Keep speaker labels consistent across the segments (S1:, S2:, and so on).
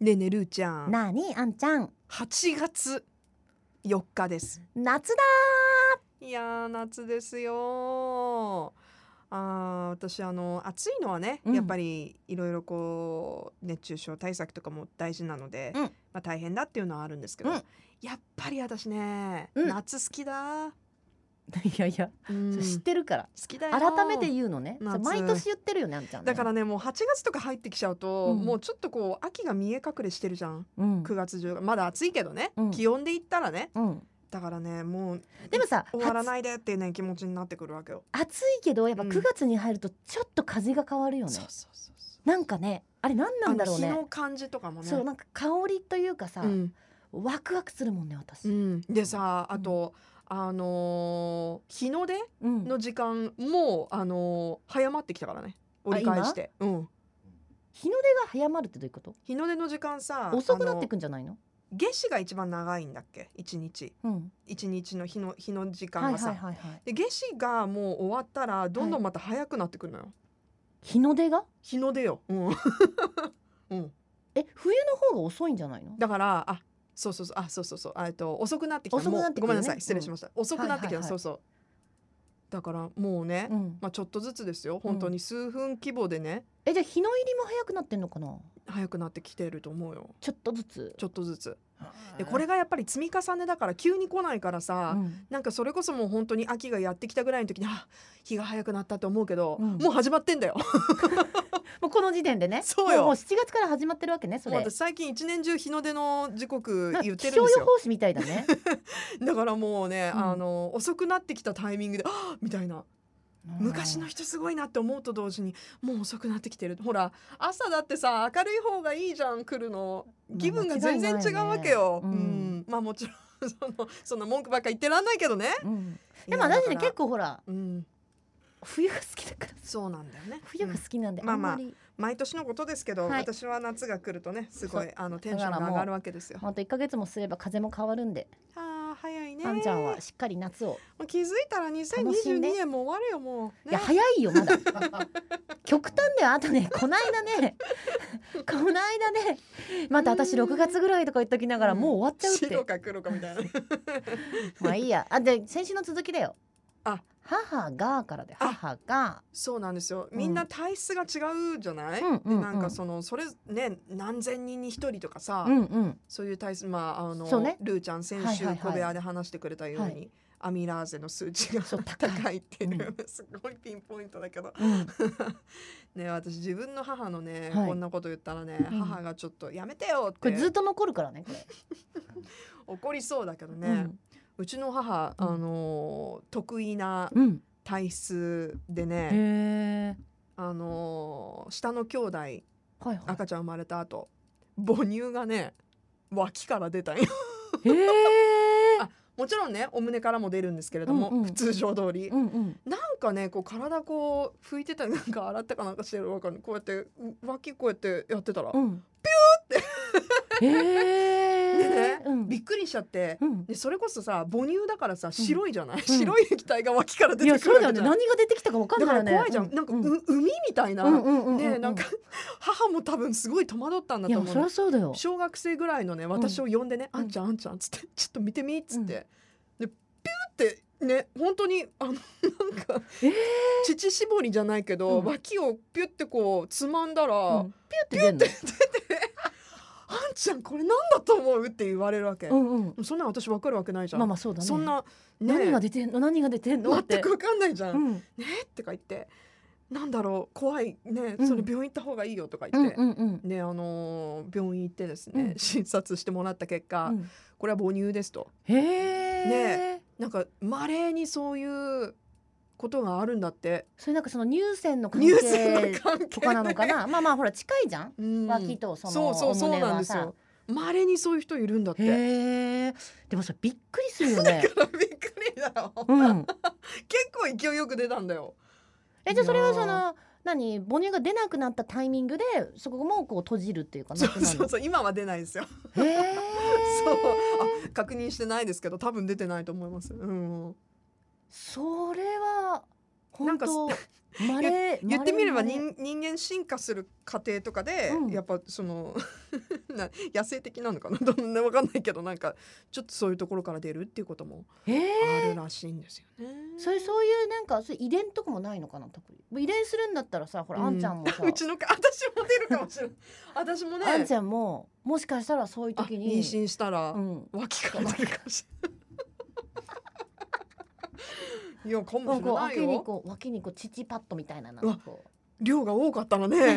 S1: ねえねえるーちゃん
S2: なあにあんちゃん
S1: 8月4日です
S2: 夏だ
S1: いやー夏ですよあー私あの暑いのはね、
S2: うん
S1: やっぱりいろいろこう熱中症対策とかも大事なので、
S2: うん
S1: まあ、大変だっていうのはあるんですけど、
S2: うん
S1: やっぱり私ね、
S2: うん
S1: 夏好きだ、
S2: いやいや、
S1: うん
S2: それ知っ
S1: 好
S2: てるから
S1: きだよ
S2: 改めて言うのね
S1: 夏
S2: それ毎年言ってるよねあんちゃんね
S1: だからねもう8月とか入ってきちゃうと、
S2: うん
S1: もうちょっとこう秋が見え隠れしてるじゃん
S2: うん、
S1: 9月10月まだ暑いけどね、
S2: うん
S1: 気温で言ったらね
S2: うん、
S1: だからねもう
S2: でもさ
S1: 終わら
S2: 暑
S1: ないでっていうね気持ちになってくるわけよ。
S2: 暑いけどやっぱ
S1: うん
S2: 9月に入るとちょっと風が変わるよね、
S1: そうそうそうそう
S2: なんかねあれ何なんだろう
S1: あの
S2: ね
S1: 日の感じとかもね。
S2: そうなんか香りというかさ、
S1: うん
S2: ワクワクするもんね私、
S1: うんでさあと、あのー日の出
S2: うん
S1: の時間もうあのー早まってきたからね折り返して、うん、
S2: 日の出が早まるってどういうこと
S1: 日の出の時間さ
S2: 遅くなってく
S1: あの
S2: んじゃないの
S1: 夏至が一番長いんだっけ一日
S2: うん
S1: 一日の日の日の時
S2: は
S1: 間
S2: い
S1: がさ、
S2: はいはいはい
S1: で夏至がもう終わったらどんどんまた早くなってくるのよ、
S2: 日の出が
S1: 日の出よ、 うんうん、
S2: え冬の方が遅いんじゃないの
S1: だからあそうそうそうあそうそうそうあえっと遅くなってきた
S2: 遅くなってくるね
S1: もうごめんなさい失礼しました、遅くなってきた、
S2: はいはいはい
S1: そうそうだからもうね、
S2: うん
S1: まあ、ちょっとずつですよ本当に数分規模でね、
S2: えじゃあ日の入りも早くなってんのかな
S1: 早くなってきてると思うよ
S2: ちょっとずつ
S1: ちょっとずつでこれがやっぱり積み重ねだから急に来ないからさ、
S2: うん
S1: なんかそれこそもう本当に秋がやってきたぐらいの時にあ日が早くなったって思うけど、
S2: うん
S1: もう始まってんだよ
S2: もうこの時点でね
S1: そうよ
S2: もうもう7月から始まってるわけねそ
S1: もう
S2: れ
S1: 私最近一年中日の出の時刻
S2: なん
S1: 言っ
S2: か
S1: て
S2: 気
S1: るん
S2: 象
S1: です
S2: 予
S1: よ
S2: 報士みたいだね
S1: だからもうね、
S2: うん
S1: あの遅くなってきたタイミングであみたいな 昔の人すごいなって思うと同時にもう遅くなってきてるほら朝だってさ明るい方がいいじゃん来るの
S2: まあ
S1: 気分が全然違うわけよ、
S2: 間違いな
S1: う
S2: いねうん
S1: んまあもちろん そのそんな文句ばっか言ってらんないけどね
S2: うんでも私ね結
S1: 構
S2: 構ほら
S1: うん
S2: 冬が好きだから
S1: そうなんだよね
S2: 冬が好きなんで、
S1: うんま
S2: あ
S1: あ
S2: ん
S1: まあ
S2: まり、
S1: 毎年のことですけど、
S2: はい
S1: 私は夏が来るとねすごい
S2: そう
S1: あのテンションが上がるわけですよ
S2: あと1ヶ月もすれば風も変わるんで、
S1: あー早いね
S2: あんちゃんはしっかり夏を、
S1: もう気づいたら
S2: 楽し
S1: 2022
S2: んで
S1: 年も終わるよもう、
S2: いや
S1: ね
S2: 早いよまだ 極端だよあとねこないだね こないだねまた私
S1: うん
S2: 6月ぐらいとか言っときながら
S1: うん
S2: もう終わっちゃうって、
S1: 白か黒かみたいな
S2: まあいいやあで先週の続きだよ
S1: あ
S2: 母がからで
S1: あ
S2: 母が
S1: そうなんですよ
S2: うん
S1: みんな体質が違うじゃない、
S2: うんうんうん
S1: でなんかそのそれね何千人に一人とかさ、
S2: うんうん
S1: そういう体質まああの、
S2: そうね
S1: ルーちゃん先
S2: はい
S1: 週
S2: はいは
S1: 小
S2: い
S1: 部屋で話してくれたように、
S2: は
S1: アミラーゼの数値が
S2: そう高い
S1: 高いっていう、すごいピンポイントだけど
S2: うん
S1: ね私自分の母のね、
S2: はい
S1: こんなこと言ったらね、
S2: うん
S1: 母がちょっとやめてよっ
S2: これずってと残るからねこれ
S1: 怒りそうだけどね、
S2: う
S1: うんちの母、
S2: うん
S1: あの得意な
S2: うん
S1: 体質でね、
S2: へえ
S1: あの下の兄弟
S2: はいは
S1: 赤ちゃん生まれた後母乳がね脇から出たんよ
S2: いへえ
S1: あもちろんねお胸からも出るんですけれども、
S2: うんうん
S1: 普通常通り、
S2: うんうん
S1: なんかねこう体こう拭いてたりなんか洗ったかなんかしてるわかんないこうやってう脇こうやってやってたら、
S2: うんピューってへえ
S1: でね
S2: うん
S1: びっくりしちゃって
S2: うん
S1: でそれこそさ母乳だからさ白いじゃない、白い液体が脇から出
S2: いや
S1: てく
S2: そう
S1: る
S2: だ
S1: わ
S2: よ
S1: け
S2: ね
S1: じゃん
S2: 何が出てきたかわかん
S1: だ
S2: ない
S1: か
S2: よ
S1: ら怖
S2: ね
S1: いじゃん、
S2: う
S1: なんか、う
S2: う
S1: 海みたいな、
S2: うんうんうんうん
S1: でなんか母も多分すごい戸惑ったんだ
S2: い
S1: と
S2: や
S1: 思う
S2: そ
S1: の
S2: りゃそうだよ
S1: 小学生ぐらいのね私を呼んでね「
S2: うん
S1: あんちゃんあんちゃん」っつって 「ちょっと見てみ」っつって、でピューってね本当にあのなん か、
S2: えー
S1: 乳絞りじゃないけど、
S2: うん
S1: 脇をピュってこうつまんだら「
S2: う
S1: あん
S2: んピューって出んの
S1: ちゃんこれなんだと思う?」って言われるわけ、
S2: うんうん
S1: そんなん私分かるわけないじゃん、
S2: まあまあそうだね
S1: そんな、ね、
S2: 何が出てんの何が出てんのって
S1: 全く分かんないじゃん「
S2: うん
S1: ねえ」とか言って「なんだろう怖いね
S2: うん
S1: それ病院行った方がいいよ」とか
S2: う
S1: 言
S2: ん
S1: って。
S2: うんうん
S1: であのー病院行ってですね、
S2: うん
S1: 診察してもらった結果、
S2: うん
S1: これは母乳ですと
S2: へえ
S1: ねなんか稀にそういうことがあるんだって
S2: それなんかその乳腺の関
S1: 乳腺
S2: 係
S1: の関係で
S2: とかなのか なまあまあほら近いじゃん
S1: うん
S2: 脇とその
S1: そうそうそう
S2: お胸
S1: なん
S2: は
S1: です
S2: さ
S1: よ稀にそういう人いるんだってだ
S2: へえでもそれびっくりするよね
S1: からびっくりだよ
S2: うん
S1: 結構勢いよく出たんだよ
S2: えじゃあそれはそ
S1: いや
S2: の何母乳が出なくなったタイミングでそこもこう閉じるっていうか
S1: そ
S2: なく
S1: う
S2: なる
S1: そ
S2: の
S1: うそう今は出ないですよ
S2: へえ
S1: そうあ確認してないですけど多分出てないと思いますうん
S2: それは
S1: な
S2: 本
S1: んか
S2: 当まれ
S1: 言ってみれば
S2: 稀
S1: 人人間進化する過程とかで、
S2: うん
S1: やっぱその な野生的なのかなどんなわかんないけどなんかちょっとそういうところから出るっていうことも
S2: え
S1: あ
S2: え
S1: るらしいんですよね。
S2: それそういうなんかそういう遺伝とかもないのかな特に遺伝するんだったらさほら、
S1: うん
S2: あんちゃんも さ
S1: うちのか私も出るかもしれ ない。私もね。
S2: あんちゃんももしかしたらそういう時
S1: あ妊
S2: に
S1: 娠したら、
S2: うん
S1: 脇から出るかもしれない。いやかも
S2: もう
S1: しれ
S2: こう
S1: ない
S2: 脇に
S1: よ。
S2: こう脇にこう乳パッドみたいななん
S1: うわ
S2: かこ
S1: 量が多かったらね。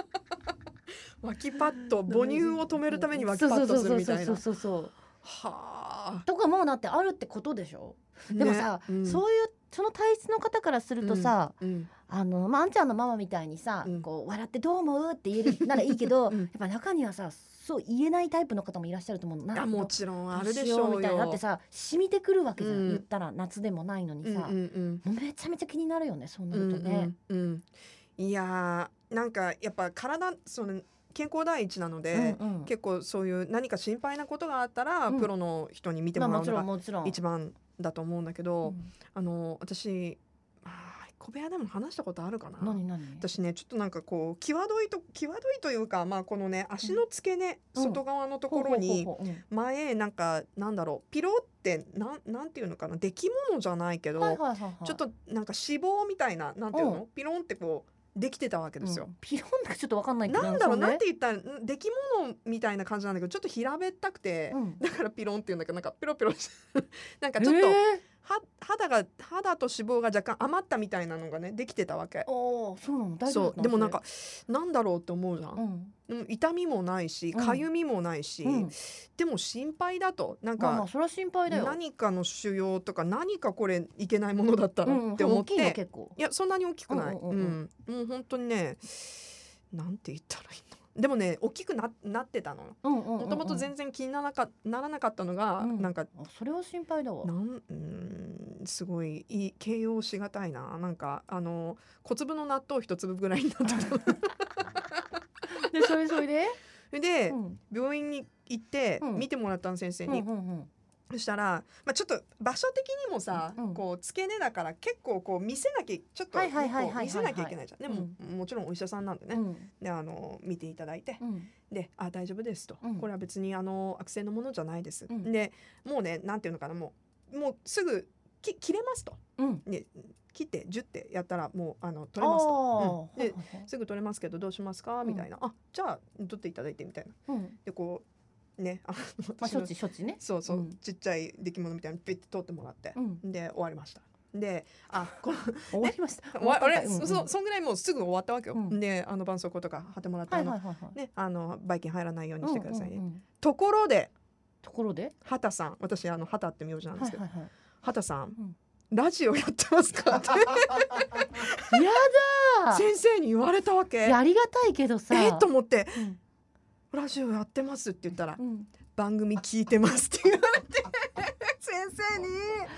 S1: 脇パッド
S2: う
S1: 母乳を止めるために脇パッドするみたい
S2: そ
S1: な
S2: う。そうそうそうそうそう
S1: はあ。
S2: とかもうだってあるってことでしょ、でもさ、
S1: ねうん
S2: そういうその体質の方からするとさ、
S1: うん
S2: あのまああんちゃんのママみたいにさ、
S1: うん
S2: こう笑ってどう思うって言えるならいいけ ど、
S1: うん
S2: やっぱ中にはさそう言えないタイプの方もいらっしゃると思うの
S1: い
S2: な
S1: や
S2: んか
S1: もちろんあるでし
S2: ど
S1: ょ
S2: う
S1: う
S2: よ
S1: よ。
S2: みたいなだってさ染みてくるわけじゃん、
S1: うん
S2: 言ったら夏でもないのに
S1: うん
S2: さ、
S1: うん
S2: めちゃめちゃ気になるよねそう
S1: うん
S2: な
S1: う
S2: る
S1: ん
S2: とね、
S1: うんうんいやーなんかやっぱ体その健康第一なので、
S2: うんうん
S1: 結構そういう何か心配なことがあったら、
S2: うん
S1: プロの人に見て
S2: まあ
S1: もら
S2: も
S1: う
S2: ち
S1: の
S2: ろん
S1: が
S2: もちろん
S1: 一番だと思うんだけど、
S2: うん
S1: あの私まあ小部屋でも話したことあるかな。
S2: 何何
S1: 私ねちょっとなんかこう際どいと際どいというかまあこのね足の付け根、
S2: うん
S1: 外側のところに。
S2: ほうほうほうほう
S1: 前なんかなんだろうピロってなんなんていうのかな出来物じゃないけど、
S2: うんはいはいはいはい
S1: ちょっとなんか脂肪みたいななんていうの、
S2: う
S1: ピロンってこうできてたわけですよ
S2: うん。ピロンとかちょっとわかんないけど
S1: なんだろう
S2: そね
S1: なんて言ったらん出来物みたいな感じなんだけどちょっと平べったくて、
S2: うん
S1: だからピロンっていうんだけどなんかピロピロして なんかちょっと、
S2: え
S1: は肌が肌と脂肪が若干余ったみたいなのがねできてたわけ
S2: ー、。おーそうなの大丈
S1: そ
S2: 夫だった
S1: う
S2: の
S1: でもなん
S2: そ
S1: かなんだろうって思うじゃん、
S2: れうん
S1: でも痛みもないし
S2: うん
S1: 痒みもないし、
S2: うん
S1: でも心配だとなんか、
S2: まあまあそれは心配だよ
S1: 何かの腫瘍とか何かこれいけないものだった
S2: う
S1: ら
S2: んうん
S1: って思っ
S2: 大きいの
S1: て、
S2: 結構
S1: いやそんなに大きくない、
S2: う
S1: うんん
S2: うんうん
S1: もう本当にねなんて言ったらいいのでもね大きくななってたのも
S2: も
S1: ともと全然気にならなかならなかったのが、
S2: うん
S1: なんか
S2: あそれは心配だわ
S1: なんうんすごいいい形容しがたいななんかあの小粒の納豆一粒ぐらいになってた
S2: でそれそれで
S1: で、
S2: うん
S1: 病院に行って
S2: うん
S1: 見てもらったの先生
S2: うんう
S1: に、
S2: んうん
S1: そしたら、まあ、ちょっと場所的にもさ、
S2: うん
S1: こう付け根だから結構こう見せなきゃちょっと
S2: はいはいはいはいはい
S1: こう見せなきゃいけないじゃん、でも、もちろんお医者さんなんでね、
S2: うん
S1: であの見ていただいて、
S2: うん
S1: で「あ大丈夫です」と、
S2: うん
S1: これは別にあの悪性のものじゃないです」
S2: うん
S1: でもうねなんていうのかなもうもうすぐき切れますと、
S2: うん
S1: ね、切ってジュってやったらもうあの
S2: あ
S1: 取れますと、
S2: ー
S1: うんで
S2: はいはいはい
S1: すぐ取れますけどどうしますかみたいな「あじゃあ取っていただいて」みたいな。
S2: うん
S1: でこうねあの
S2: まあ
S1: 私
S2: 処
S1: の
S2: 置処置ね
S1: そうそう、
S2: うん
S1: ちっちゃい出来物みたいにピッて取ってもらって
S2: う、ん
S1: で終わりましたであこの
S2: 終わりました
S1: わあれ、
S2: 終わったんだ
S1: そそそんぐらいもうすぐ終わったわけよ、
S2: うん
S1: であの絆創膏とか貼ってもらって、
S2: はい
S1: あの
S2: はいはいはい
S1: ねあのバイキン入らないようにしてくださいね、
S2: うんうんうん
S1: ところで
S2: ところで
S1: 畑さん私あの畑って名字なんで
S2: は
S1: す
S2: い
S1: けど、
S2: はいはい
S1: 畑さん、
S2: うん
S1: ラジオやってます かって
S2: やだー
S1: 先生に言われたわ
S2: い
S1: け
S2: やありがたいけどさ
S1: えっと思って
S2: うん
S1: 「ラジオやってます」って言ったら
S2: うん
S1: 番組聞いてますって言われて 先生に「えー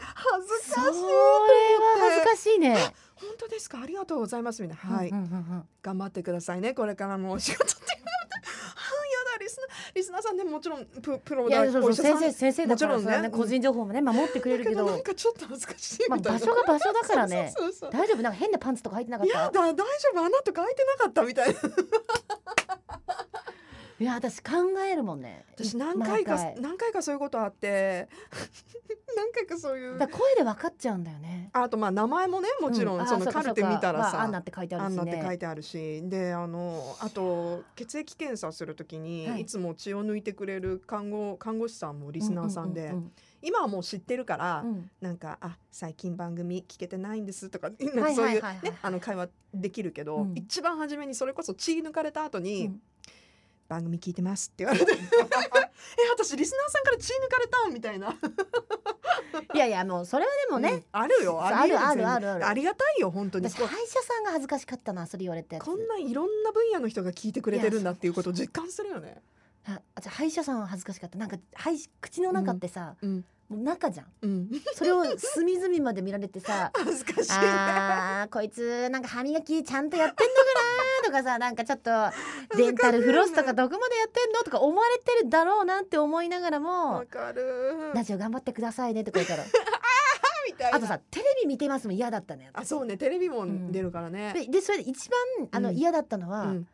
S1: 恥ず
S2: それ
S1: かしい」
S2: は恥ずかしいね
S1: 「本当ですかありがとうございます」みたいな「はい、
S2: うんうんうん
S1: 頑張ってくださいねこれからもお仕事」って言われて 「あやだリスナーリスナーさんでももちろんププ
S2: う
S1: ロ
S2: んい
S1: だ
S2: やそうそ
S1: お
S2: う
S1: 医者さ
S2: 先
S1: ん
S2: 生先生だから
S1: もちろ
S2: さ
S1: んね
S2: ね個人情報もね守ってくれるけ
S1: だなん
S2: ど
S1: かちょっと恥ずかしい
S2: まあ
S1: みたいな、
S2: 場所が場所だからね
S1: そうそうそう
S2: 大丈夫なんか変なパンツとか入ってなかっ
S1: やだ
S2: た
S1: 大丈夫穴とか開いてなかったみたいな
S2: いや私考えるもんね
S1: 私何回か
S2: 毎
S1: 何回かそういうことあって 何回かそういう
S2: だから声で分かっちゃうんだよね
S1: あとまあ名前もねもちろん、
S2: う
S1: その
S2: あ
S1: カ
S2: か
S1: ルテ見たらさ、
S2: そうかまあアンナって書いてあ
S1: ア
S2: る
S1: ン
S2: し
S1: ナって書い
S2: ね
S1: てあるしであのあと血液検査するときに、
S2: はい
S1: い、つも血を抜いてくれる看護看護師さんもリスナーさんで、
S2: うう
S1: 今はもう知ってるから、
S2: うんうん
S1: なんか「あ最近番組聞けてないんです」とかなん
S2: はいは
S1: か
S2: い
S1: そういう
S2: はいはい
S1: ねあの会話できるけど、
S2: うん
S1: 一番初めにそれこそ血抜かれた後に「
S2: うん
S1: 番組聞いてます」って言われ て「え私リスナーさんから血抜かれたん」みたいな。
S2: いやいやもうそれはでもね、
S1: うんあるよ
S2: ある
S1: りえ
S2: あ
S1: 全
S2: る
S1: 然
S2: あるある
S1: ありがたいよ本当に
S2: 私歯医者さんが恥ずかしかったなそれ言われて
S1: こんないろんな分野の人が聞いてくれてるんだっていうことを
S2: いや
S1: 実感するよね。
S2: あじゃ歯医者さんは恥ずかしかったなんか歯医口の中ってさ、
S1: うん、
S2: もう中じゃん
S1: うん、
S2: それを隅々まで見られて さ
S1: 恥ずかしいね。
S2: あーこいつなんか歯磨きちゃんとやってんのかなとかさなんかちょっとデンタルフロスとかどこまでやってんのとか思われてるだろうなって思いながらも
S1: わかる。
S2: 「ラジオ頑張ってくださいね」とか言っ たら
S1: みたいな。
S2: あとさテレビ見てますも嫌だったのよ。
S1: あ、そうね、テレビも出るからね。
S2: ででそれで一番あの、
S1: うん
S2: 嫌だったのは、
S1: うん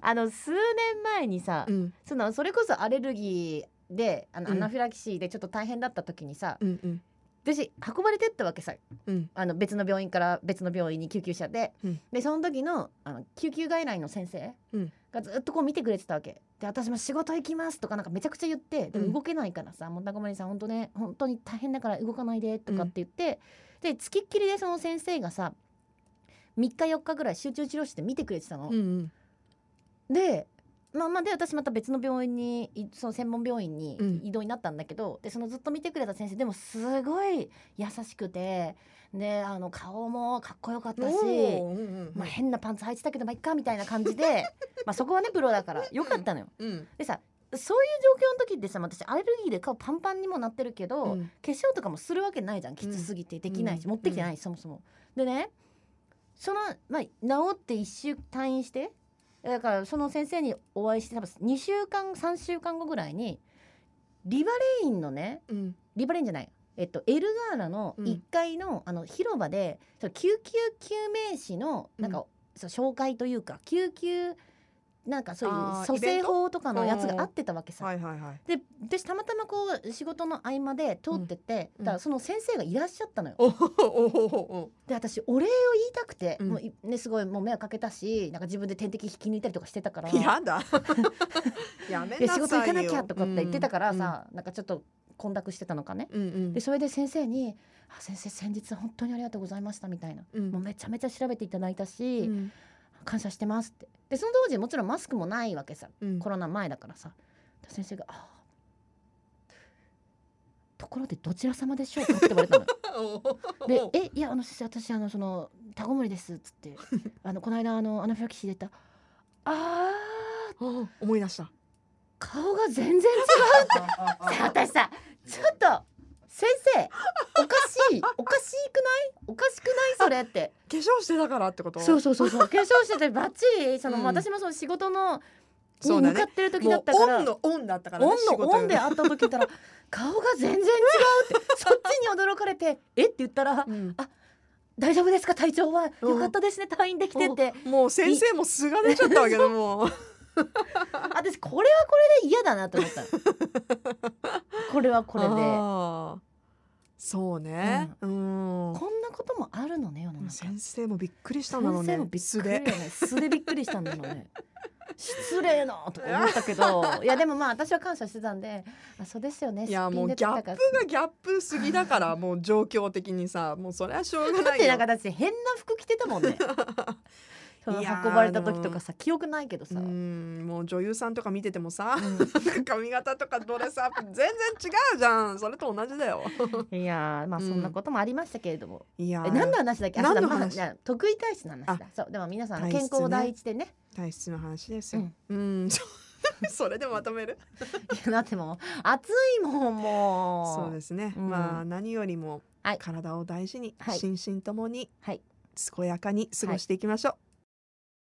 S2: あの数年前にさ、
S1: うん
S2: そのそれこそアレルギーであの
S1: う
S2: ア
S1: ん
S2: ナフィラキシーでちょっと大変だった時にさ、
S1: うんうん
S2: 私運ばれてったわけさ
S1: うん
S2: あの別の病院から別の病院に救急車で、
S1: うん
S2: でその時のあの救急外来の先生
S1: うん
S2: がずっとこう見てくれてたわけで私も仕事行きますとかなんかめちゃくちゃ言ってで
S1: うん
S2: 動けないからさ「もう中森さん本当ね本当に大変だから動かないで」とかって言って、で付きっきりでその先生がさ3日4日ぐらい集中治療室で見てくれてたの。
S1: うんうん
S2: でまあまあで私また別の病院にいその専門病院に
S1: うん
S2: 異動になったんだけど、でそのずっと見てくれた先生でもすごい優しくてであの顔もかっこよかったし、
S1: おーうんうん
S2: まあ、変なパンツ履いてたけどまあいっかみたいな感じで まあそこはねプロだからよかったのよ。
S1: うん
S2: でさそういう状況の時ってさ私アレルギーで顔パンパンにもなってるけど、
S1: う
S2: 化
S1: ん
S2: 粧とかもするわけないじゃんきつすぎてできないし、
S1: うん
S2: 持ってきてないし、そもそも。でねその、まあ、治って1週退院してだからその先生にお会いして多分2週間3週間後ぐらいにリバレインのね
S1: うん
S2: リバレインじゃない、えっと、エルガーラの
S1: うん
S2: 1階の,、あの広場でその救急救命士のなんか、そう紹介というか救急なんかそういう
S1: あー
S2: 蘇
S1: イベン
S2: 生
S1: ト
S2: 法とかのやつがあってたわけさ。
S1: はいはいはい
S2: で私たまたまこう仕事の合間で通ってて、
S1: うん
S2: だからその先生がいらっしゃったのよ。
S1: おほほおほほお
S2: で私お礼を言いたくて、
S1: うん
S2: もういねすごいもう迷惑かけたしなんか自分で点滴引き抜いたりとかしてたから
S1: や だやめ
S2: で
S1: なさい
S2: 仕
S1: よ
S2: 事行かなきゃとかって言ってたからさ、なんかちょっと混濁してたのかね。
S1: うんうん
S2: でそれで先生に「あ先生先日本当にありがとうございました」みたいな。
S1: うん
S2: もうめちゃめちゃ調べていただいたし、
S1: うん
S2: 感謝してますってでその当時もちろんマスクもないわけさ
S1: うん
S2: コロナ前だからさ先生が「あーところでどちら様でしょうか?」って言われたのよ
S1: おほほ
S2: で「えいやあの先生私あのそのタゴモリです」っつってあのこの間あのアナフィラキシー出た「あー
S1: お思い出 した
S2: 顔が全然違う」って私さちょっと先生おかしいおかしくないおかしくないそれって。
S1: 化粧してたからってこと
S2: そうそうそうそう化粧しててバッチリその、
S1: うん
S2: 私もその仕事の
S1: そ
S2: に
S1: うだ
S2: 向
S1: ね
S2: かってる時だ
S1: もう
S2: ったか
S1: オ
S2: ら、
S1: ンのオンだったから
S2: オ
S1: ね
S2: ンのオンで
S1: 仕
S2: 会った時言っ たら顔が全然違うってそっちに驚かれて 「えっ?」て言ったら
S1: 事よりうん
S2: 「大丈夫ですか体調は
S1: うん
S2: よかったですね退院できて」って
S1: もう先生も素が出ちゃったわけだ もう
S2: 私これはこれで嫌だな と思ったのこれはこれで
S1: あーそうねうん
S2: こんなこともあるのね世の中
S1: 先生もびっくりしたんだろうね
S2: 先生もびっ
S1: 素
S2: くりよ
S1: で
S2: ね素でびっくりしたんだろ うね失礼なとか思ったけどいやでもまあ私は感謝してたんであそうですよね
S1: いや
S2: すっぴ
S1: も
S2: ん
S1: うギ
S2: 出て
S1: ャ
S2: た
S1: ッ
S2: か
S1: プ
S2: ら
S1: がギャップすぎだから もう状況的にさもうそれはしょうが
S2: だ
S1: な
S2: っ
S1: い
S2: て
S1: よ
S2: なんか私変な服着てたもん ねその
S1: いやー
S2: 運ばれた時とかさ記憶ないけど
S1: う
S2: さ、
S1: んもう女優さんとか見ててもさ
S2: う
S1: 髪型とかドレス アップ全然違うじゃんそれと同じだよ
S2: んいやーまあそんなこともありましたけれども、
S1: いや
S2: え
S1: ー
S2: 何の話だっけあそうだ
S1: 何の話
S2: まあじゃあ得意体質の話だそうでも皆さんあの健康を第一でね
S1: 体質の話ですようん、 そそれでまとめ る
S2: いやだってもう暑いもんも
S1: そうですね、
S2: うん
S1: まあ何よりも
S2: はい
S1: 体を大事に、
S2: はい
S1: 心身ともに
S2: はい
S1: 健やかに過ごしていきましょう、